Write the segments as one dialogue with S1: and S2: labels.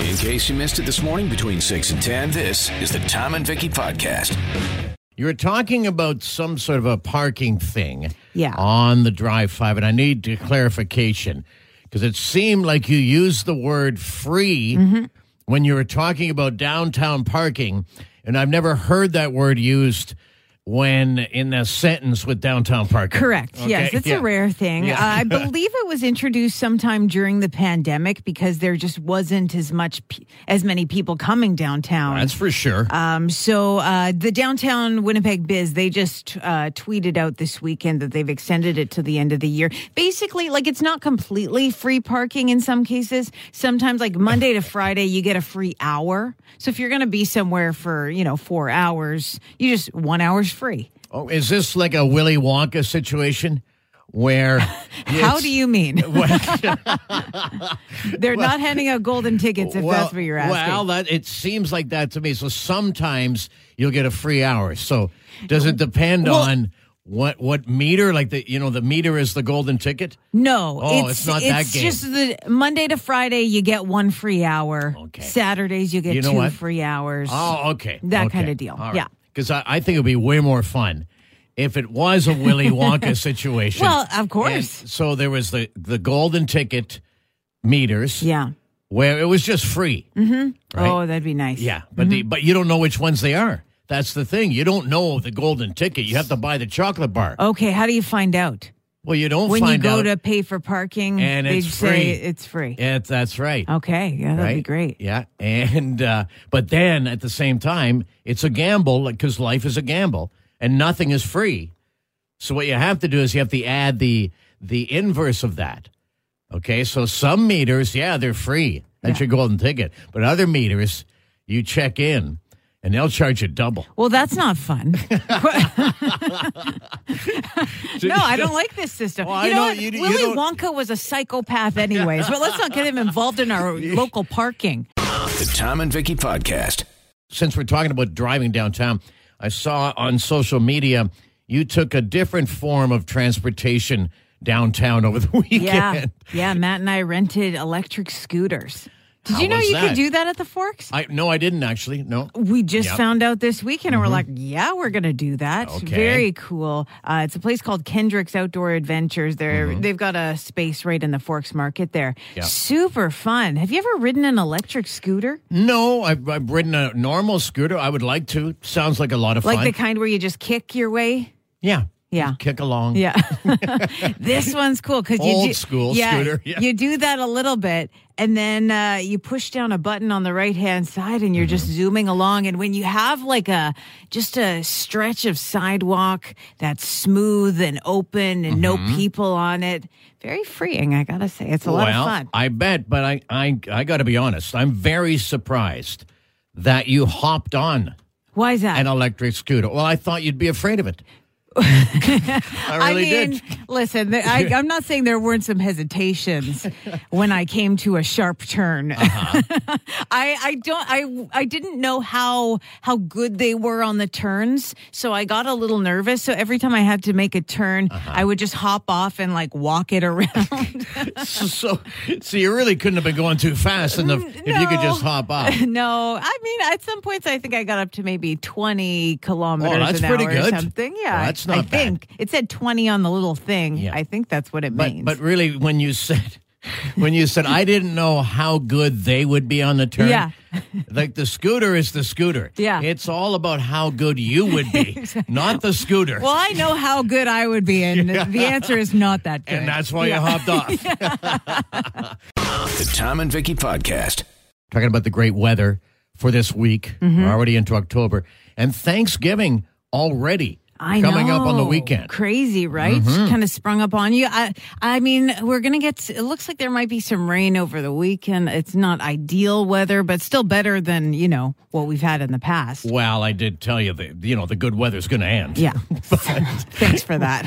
S1: In case you missed it this morning between 6 and 10, this is the Tom and Vicky Podcast.
S2: You were talking about some sort of a parking thing
S3: Yeah.
S2: on the Drive 5, and I need to clarification because it seemed like you used the word free
S3: Mm-hmm.
S2: when you were talking about downtown parking, and I've never heard that word used when in a sentence with downtown parking.
S3: Correct.
S2: Okay,
S3: Yes, it's
S2: yeah.
S3: a rare thing.
S2: Yeah.
S3: Uh, I believe it was introduced sometime during the pandemic because there just wasn't as much pe- as many people coming downtown.
S2: That's for sure.
S3: Um, so uh, the downtown Winnipeg Biz, they just uh, tweeted out this weekend that they've extended it to the end of the year. Basically, like it's not completely free parking in some cases. Sometimes, like Monday to Friday, you get a free hour. So if you're going to be somewhere for you know four hours, you just one hour's free.
S2: oh, is this like a Willy Wonka situation where.
S3: How
S2: it's-
S3: do you mean? They're not handing out golden tickets if that's what you're asking.
S2: Well, that it seems like that to me. So sometimes you'll get a free hour. So does it depend on what what meter? Like the you know the meter is the golden ticket.
S3: No,
S2: Oh, it's not that
S3: it's
S2: game.
S3: just the Monday to Friday you get one free hour.
S2: Okay.
S3: Saturdays you get
S2: You know
S3: two
S2: what?
S3: free hours.
S2: Oh, okay,
S3: That kinda deal. Yeah.
S2: because I, I think it would be way more fun if it was a Willy Wonka situation.
S3: Well, of course.
S2: And so there was the the golden ticket meters
S3: yeah.
S2: where it was just free. Right.
S3: Oh, that'd be nice.
S2: Yeah, but the,
S3: Mm-hmm.
S2: but you don't know which ones they are. That's the thing. You don't know the golden ticket. You have to buy the chocolate bar.
S3: Okay, how do you find out?
S2: Well, you don't
S3: Oh, When you
S2: find
S3: go
S2: out.
S3: to pay for parking,
S2: And
S3: they
S2: it's free.
S3: say it's free.
S2: Yeah, that's right.
S3: Okay, yeah, Oh, that'd
S2: right?
S3: be great.
S2: Yeah, and uh, but then at the same time, it's a gamble because life is a gamble, and nothing is free. So what you have to do is you have to add the the inverse of that. Okay, so some meters, yeah, they're free. That's your golden ticket. But other meters, you check in, and they'll charge you double.
S3: Well, that's not fun. no, I don't like this system.
S2: Well, I
S3: you know,
S2: know
S3: what?
S2: you- you
S3: Willy
S2: don't-
S3: Wonka was a psychopath, anyways. But let's not get him involved in our local parking.
S1: The Tom and Vicky Podcast.
S2: since we're talking about driving downtown, I saw on social media you took a different form of transportation downtown over the weekend.
S3: Yeah. Yeah. Matt and I rented electric scooters. Did
S2: How
S3: you know
S2: was
S3: you
S2: that?
S3: could do that at the Forks?
S2: I no, I didn't actually. No.
S3: we
S2: Yep.
S3: just
S2: Mm-hmm.
S3: found out this weekend, and we're like, yeah, we're gonna do that.
S2: Okay.
S3: Very cool. Uh, it's a place called Kendrick's Outdoor Adventures. They're
S2: Mm-hmm.
S3: they've got a space right in the Forks Market there.
S2: Yep.
S3: Super fun. Have you ever ridden an electric scooter?
S2: No, I've, I've ridden a normal scooter. I would like to. Sounds like a lot of
S3: Like
S2: fun.
S3: the kind where you just kick your way?
S2: yeah.
S3: Yeah.
S2: Kick along.
S3: Yeah. this one's cool because you
S2: Old
S3: do,
S2: school
S3: yeah,
S2: scooter, yeah.
S3: You do that a little bit, and then uh, you push down a button on the right hand side, and you're just
S2: Mm-hmm.
S3: zooming along. And when you have like a just a stretch of sidewalk that's smooth and open and
S2: Mm-hmm.
S3: no people on it, very freeing. I gotta say, it's a lot
S2: well,
S3: of fun.
S2: I bet, but I I I got to be honest. I'm very surprised that you hopped on
S3: Why is that?
S2: an electric scooter. Well, I thought you'd be afraid of it. I really
S3: mean,
S2: did.
S3: listen, th- I, I'm not saying there weren't some hesitations when I came to a sharp turn.
S2: Uh-huh.
S3: I, I don't, I, I didn't know how how good they were on the turns, so I got a little nervous. So every time I had to make a turn,
S2: Uh-huh.
S3: I would just hop off and like walk it around.
S2: so, so you really couldn't have been going too fast, and if, if you could just
S3: No.
S2: hop off.
S3: no, I mean, at some points, I think I got up to maybe 20 kilometers
S2: Oh, that's
S3: an
S2: pretty
S3: hour
S2: good.
S3: or something. Yeah,
S2: Well, that's
S3: I
S2: not bad.
S3: think it said 20 on the little thing.
S2: Yeah.
S3: I think that's what it means.
S2: But, but really, when you said, when you said, I didn't know how good they would be on the turn.
S3: Yeah.
S2: Like the scooter is the scooter.
S3: Yeah.
S2: It's all about how good you would be, not the scooter.
S3: Well, I know how good I would be, and the answer is not that good.
S2: and that's why you hopped off.
S1: The Tom and Vicky Podcast.
S2: Talking about the great weather for this week.
S3: Mm-hmm.
S2: We're already into October and Thanksgiving already
S3: I
S2: coming up on the
S3: know.
S2: weekend. Mm-hmm.
S3: Crazy, right? Kind of sprung up on you. I, I mean, we're gonna get. s- It looks like there might be some rain over the weekend. It's not ideal weather, but still better than you know what we've had in the past.
S2: Well, I did tell you that you know the good weather's going to end.
S3: Yeah. Thanks for that.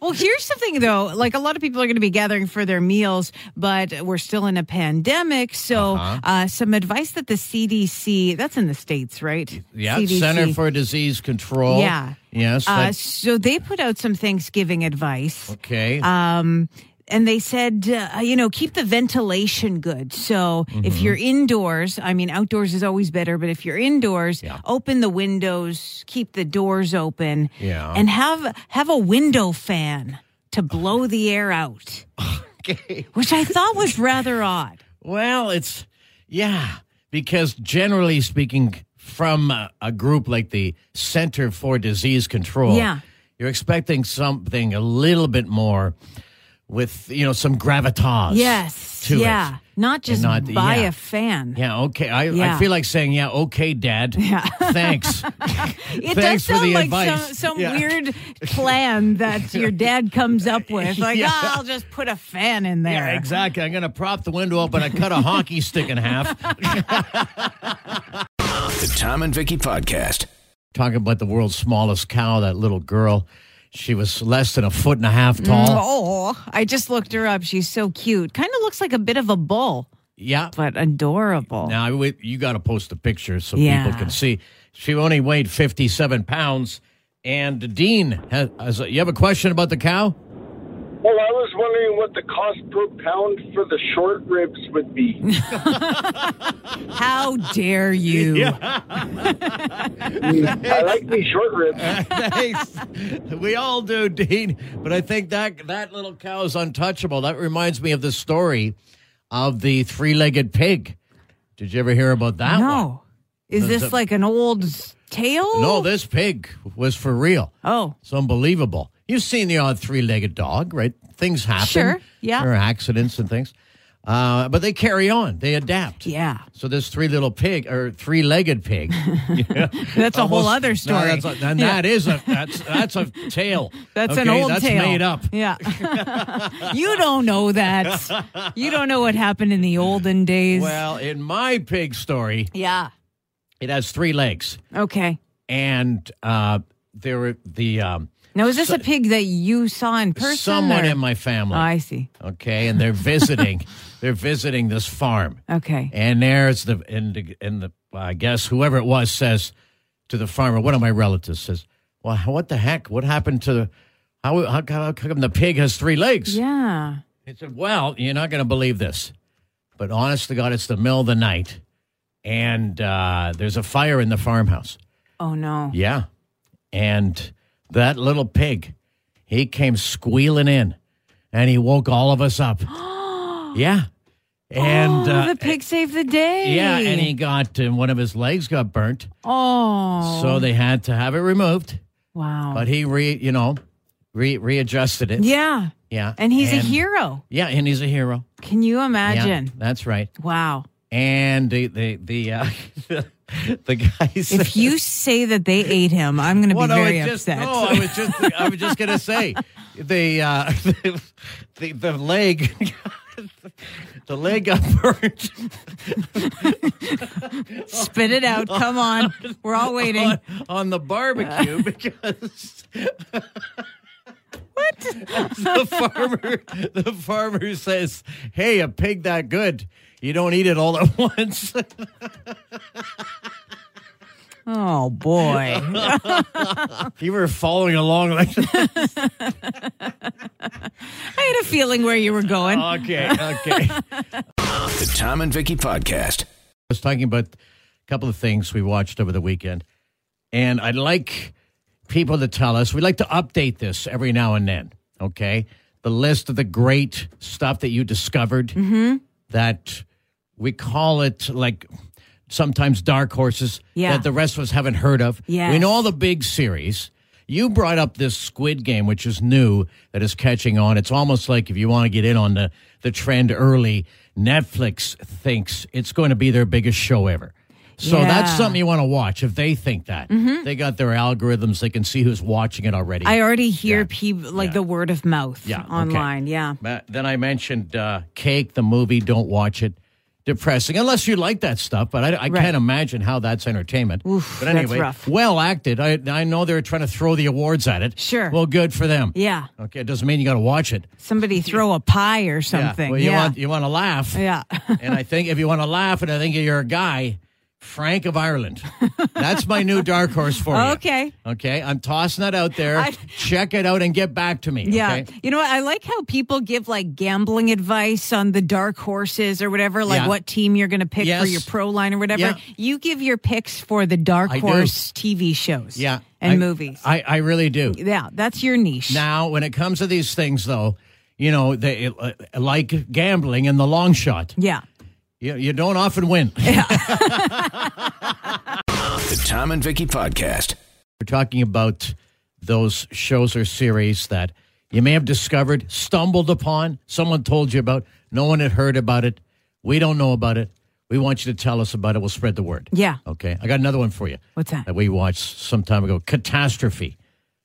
S3: well, here's something though. Like a lot of people are going to be gathering for their meals, but we're still in a pandemic. So,
S2: Uh-huh.
S3: uh some advice that the CDC, that's in the States, right?
S2: Yeah,
S3: CDC.
S2: Center for Disease Control.
S3: Yeah.
S2: Yes.
S3: Uh,
S2: that's-
S3: so they put out some Thanksgiving advice.
S2: okay.
S3: Um, and they said, uh, you know, keep the ventilation good. So if
S2: Mm-hmm.
S3: you're indoors, I mean, outdoors is always better, but if you're indoors,
S2: Yeah.
S3: open the windows, keep the doors open,
S2: Yeah.
S3: and have have a window fan to blow the air out,
S2: Okay.
S3: which I thought was rather odd.
S2: Well, it's yeah, because generally speaking, from a, a group like the Center for Disease Control,
S3: Yeah.
S2: you're expecting something a little bit more with you know some gravitas.
S3: Yes,
S2: to it.
S3: yeah, not just
S2: not-
S3: buy
S2: yeah.
S3: a fan.
S2: Yeah, okay. I, I
S3: Yeah.
S2: feel like saying, yeah, okay, Dad. Yeah. Thanks.
S3: It
S2: Thanks
S3: does
S2: for
S3: sound
S2: the
S3: like
S2: advice.
S3: some, some
S2: Yeah.
S3: weird plan that your dad comes up with. Like,
S2: Yeah.
S3: "Ah, I'll just put a fan in there.
S2: yeah, exactly. I'm going to prop the window up and I cut a hockey stick in half.
S1: The Tom and Vicky Podcast.
S2: Talking about the world's smallest cow, that little girl. She was less than a foot and a half tall.
S3: Oh, I just looked her up. She's so cute. Kind of looks like a bit of a bull,
S2: Yeah.
S3: but adorable.
S2: Now, I would- you got to post a picture so
S3: Yeah.
S2: people can see. She only weighed 57 pounds. And Dean, has, has, you have a question about the cow?
S4: Well, I was wondering what the cost per pound for the short ribs would be.
S3: How dare you?
S4: I like me short ribs.
S2: Thanks. we all do, Dean. But I think that that little cow is untouchable. That reminds me of the story of the three-legged pig. Did you ever hear about that one?
S3: No. Is
S2: The-
S3: this
S2: the-
S3: like an old s- tale?
S2: No, this pig was for real.
S3: Oh.
S2: It's unbelievable. You've seen the odd three-legged dog, right? Things happen.
S3: Sure, yeah.
S2: There are accidents and things. Uh, but they carry on. They adapt.
S3: Yeah.
S2: So this three little pig or three-legged pig.
S3: That's a whole
S2: Almost-
S3: other
S2: no,
S3: story.
S2: that's a- and that is a that's that's a tale.
S3: That's an
S2: okay?
S3: old
S2: that's
S3: tale.
S2: made up.
S3: Yeah. you don't know that. You don't know what happened in the olden days.
S2: Well, in my pig story,
S3: yeah.
S2: it has three legs,
S3: Okay.
S2: and uh, there were the um,
S3: Now, is this a pig that you saw in person?
S2: someone
S3: or-
S2: in my
S3: Oh,
S2: family.
S3: I see.
S2: okay, and they're visiting. they're visiting this farm,
S3: Okay.
S2: and there's the and the, and the I guess whoever it was says to the farmer, one of my relatives says, "Well, what the heck? What happened to the?" How, how, how come the pig has three legs?
S3: Yeah.
S2: He said, Well, you're not going to believe this, but honest to God, it's the middle of the night, and uh, there's a fire in the farmhouse.
S3: Oh, no.
S2: Yeah. And that little pig, he came squealing in and he woke all of us up. yeah. And
S3: oh,
S2: uh,
S3: the pig saved the day.
S2: yeah, and he got and one of his legs got burnt,
S3: Oh.
S2: so they had to have it removed.
S3: wow.
S2: But he re, you know, re, readjusted it.
S3: yeah.
S2: Yeah,
S3: And he's a hero.
S2: Yeah, and he's a hero.
S3: Can you
S2: Yeah,
S3: imagine?
S2: that's right.
S3: Wow.
S2: and the the the uh, the guy said,
S3: If you say that they ate him, I'm going to be
S2: Well,
S3: very
S2: I was
S3: upset.
S2: Just, no, I was just I was just gonna say the uh, the, the the leg. The leg got burnt
S3: Spit it out. Come on. We're all waiting.
S2: on, on the barbecue because what the farmer the farmer says, "Hey, a pig that good, you don't eat it all at once."
S3: Oh, boy.
S2: you were following along like
S3: I had a feeling where you were going.
S2: okay, okay.
S1: The Tom and Vicky Podcast.
S2: I was talking about a couple of things we watched over the weekend, and I'd like people to tell us. We like to update this every now and then. Okay, the list of the great stuff that you discovered. That we call it like sometimes dark horses
S3: Yeah.
S2: that the rest of us haven't heard of.
S3: Yes.
S2: we know all the big series. You brought up this Squid Game, which is new, that is catching on. It's almost like if you want to get in on the, the trend early, Netflix thinks it's going to be their biggest show ever. So that's
S3: Yeah. Mm-hmm.
S2: something you want to watch if they think that. They got their algorithms, they can see who's watching it already.
S3: I already hear people like the word of mouth
S2: Yeah, okay.
S3: online. Yeah.
S2: Ma- then I mentioned uh, Cake, the movie, don't watch it. Depressing, unless you like that stuff, but I, I
S3: Right.
S2: can't imagine how that's entertainment.
S3: Oof,
S2: but
S3: that's
S2: anyway,
S3: rough.
S2: well acted. I, I know they're trying to throw the awards at it.
S3: Sure.
S2: Well, good for them.
S3: Yeah.
S2: Okay, it doesn't mean you got to watch it.
S3: Somebody throw a pie or
S2: Yeah.
S3: something.
S2: Well, you
S3: Yeah.
S2: want you want to laugh.
S3: Yeah.
S2: and I think if you want to laugh, and I think you're a guy, Frank of Ireland. That's my new dark horse for you.
S3: Okay.
S2: Okay. I'm tossing that out there.
S3: I-
S2: Check it out and get back to me.
S3: Yeah.
S2: okay?
S3: You know what? I like how people give like gambling advice on the dark horses or whatever, like
S2: Yeah.
S3: what team you're going to pick for
S2: Yes.
S3: your pro line or whatever.
S2: Yeah.
S3: You give your picks for the dark
S2: I do.
S3: horse TV shows
S2: Yeah.
S3: and
S2: I-
S3: movies.
S2: I, I really do.
S3: yeah. That's your niche.
S2: Now, when it comes to these things, though, you know, they, uh, like gambling and the long shot,
S3: yeah.
S2: you, you don't often win.
S1: The Tom and Vicky Podcast.
S2: We're talking about those shows or series that you may have discovered, stumbled upon, someone told you about, no one had heard about it. We don't know about it. We want you to tell us about it. We'll spread the word.
S3: Yeah.
S2: Okay. I got another one for you.
S3: What's that?
S2: That we watched some time ago Catastrophe.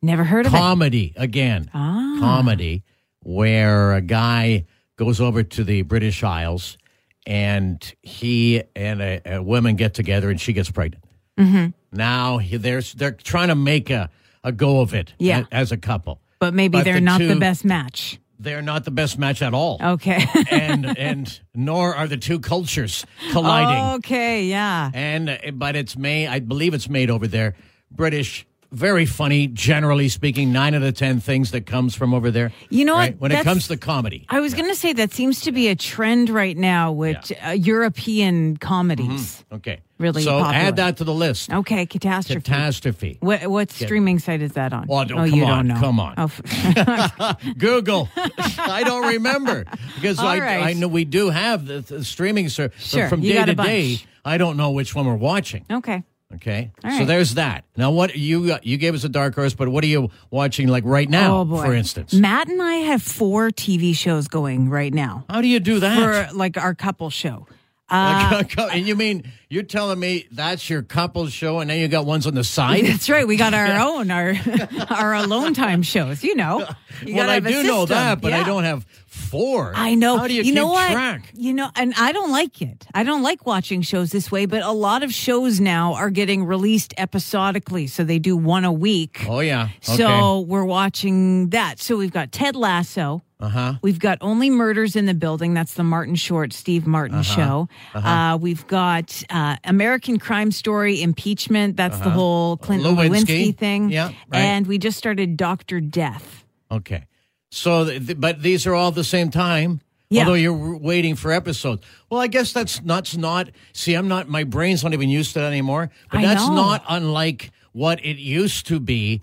S3: Never heard of it.
S2: Comedy again.
S3: Ah.
S2: Comedy where a guy goes over to the British Isles and he and a, a woman get together and she gets pregnant.
S3: Mm-hmm.
S2: Now he, they're they're trying to make a, a go of it
S3: Yeah.
S2: a- as a couple.
S3: But maybe
S2: But
S3: they're
S2: the
S3: not the
S2: two-
S3: best Oh. match.
S2: They're not the best match at all.
S3: Okay.
S2: and and nor are the two cultures colliding.
S3: okay. Yeah.
S2: And uh, but it's made I believe it's made over there. British very funny generally speaking 9 out of 10 things that comes from over there.
S3: You know what?
S2: right? When it
S3: That's-
S2: comes to comedy.
S3: I was going to say that seems to be a trend right now with uh, European comedies.
S2: Okay.
S3: Really
S2: So
S3: popular. Oh,
S2: add that to the list.
S3: Okay, catastrophe.
S2: Catastrophe.
S3: What, what streaming site is that on?
S2: Well, don't-
S3: oh,
S2: come
S3: you
S2: on,
S3: don't know.
S2: come on.
S3: Oh, f-
S2: Google. I don't remember because I,
S3: All right.
S2: I know we do have the, the streaming service
S3: Sure,
S2: from
S3: you
S2: day
S3: got a
S2: to day.
S3: bunch.
S2: I don't know which one we're watching.
S3: okay.
S2: Okay,
S3: All
S2: so
S3: right.
S2: there's that. Now, what you you gave us a dark horse, but what are you watching like right now?
S3: oh boy.
S2: For instance,
S3: Matt and I have four TV shows going right now
S2: how do you do
S3: for
S2: that?
S3: like our couple show. Uh,
S2: and you mean you're telling me that's your couple show, and then you got ones on the side?
S3: That's right. We got our own our our alone time shows. You know.
S2: well,
S3: You gotta
S2: I
S3: have a
S2: do know
S3: system.
S2: that, but I
S3: Yeah.
S2: don't have four.
S3: I know.
S2: How do you, keep
S3: know what?
S2: track?
S3: You know, and I don't like it. I don't like watching shows this way. But a lot of shows now are getting released episodically, so they do one a week.
S2: Oh yeah. Okay.
S3: So we're watching that. So we've got Ted Lasso. Uh
S2: Uh-huh.
S3: huh. We've got Only Murders in the Building. That's the Martin Short, Steve Martin
S2: Uh-huh.
S3: show. uh we've got uh, American Crime Story, Impeachment. That's the whole Clinton
S2: Uh-huh. Uh, Lewinsky.
S3: Lewinsky, thing.
S2: Yeah, right.
S3: And we just started Doctor Death.
S2: Okay. So, th- th- but these are all at the same time.
S3: Yeah.
S2: Although you're w- waiting for episodes. Well, I guess that's that's not. See, I'm not. My brain's not even used to that anymore. But
S3: I
S2: that's
S3: know.
S2: not unlike what it used to be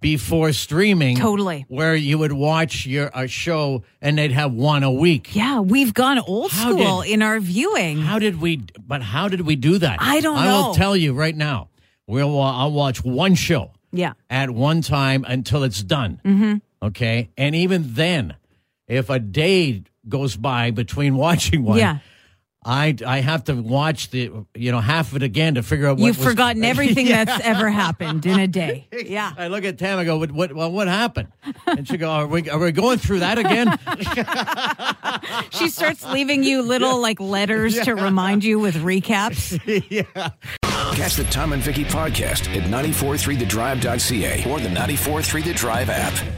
S2: before streaming.
S3: Totally.
S2: Where you would watch your a show and they'd have one a week.
S3: Yeah, we've gone old
S2: How
S3: school
S2: did-
S3: in our viewing.
S2: How did we? But how did we do that?
S3: I don't
S2: I will
S3: know.
S2: tell you right now. We'll. wa- I'll watch one show.
S3: Yeah.
S2: At one time until it's done. Mm-hmm. Okay. And even then, if a day goes by between watching one,
S3: Yeah.
S2: I I have to watch the you know half of it again to figure out what
S3: You've
S2: was-
S3: forgotten everything that's ever happened in a day. Yeah.
S2: I look at Tam and go, what, what, well, what happened? And she go, are we, are we going through that again?
S3: She starts leaving you little like letters to remind you with recaps.
S1: Catch the Tom and Vicky Podcast at 943thedrive.ca or the 943 The Drive app.